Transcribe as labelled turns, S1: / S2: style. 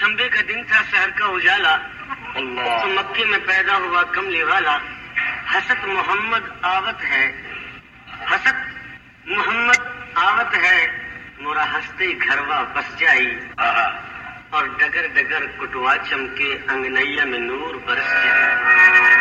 S1: शंबे का दिन था शहर का उजाला तो
S2: अल्लाह
S1: मक्के में पैदा हुआ कमली वाला हसत मोहम्मद आवत है हसत मोहम्मद आवत है मोरा हंसते घरवा बस जाई
S2: आहा
S1: और डगर डगर कुटवा चमके अंगनैया में नूर बरस जाए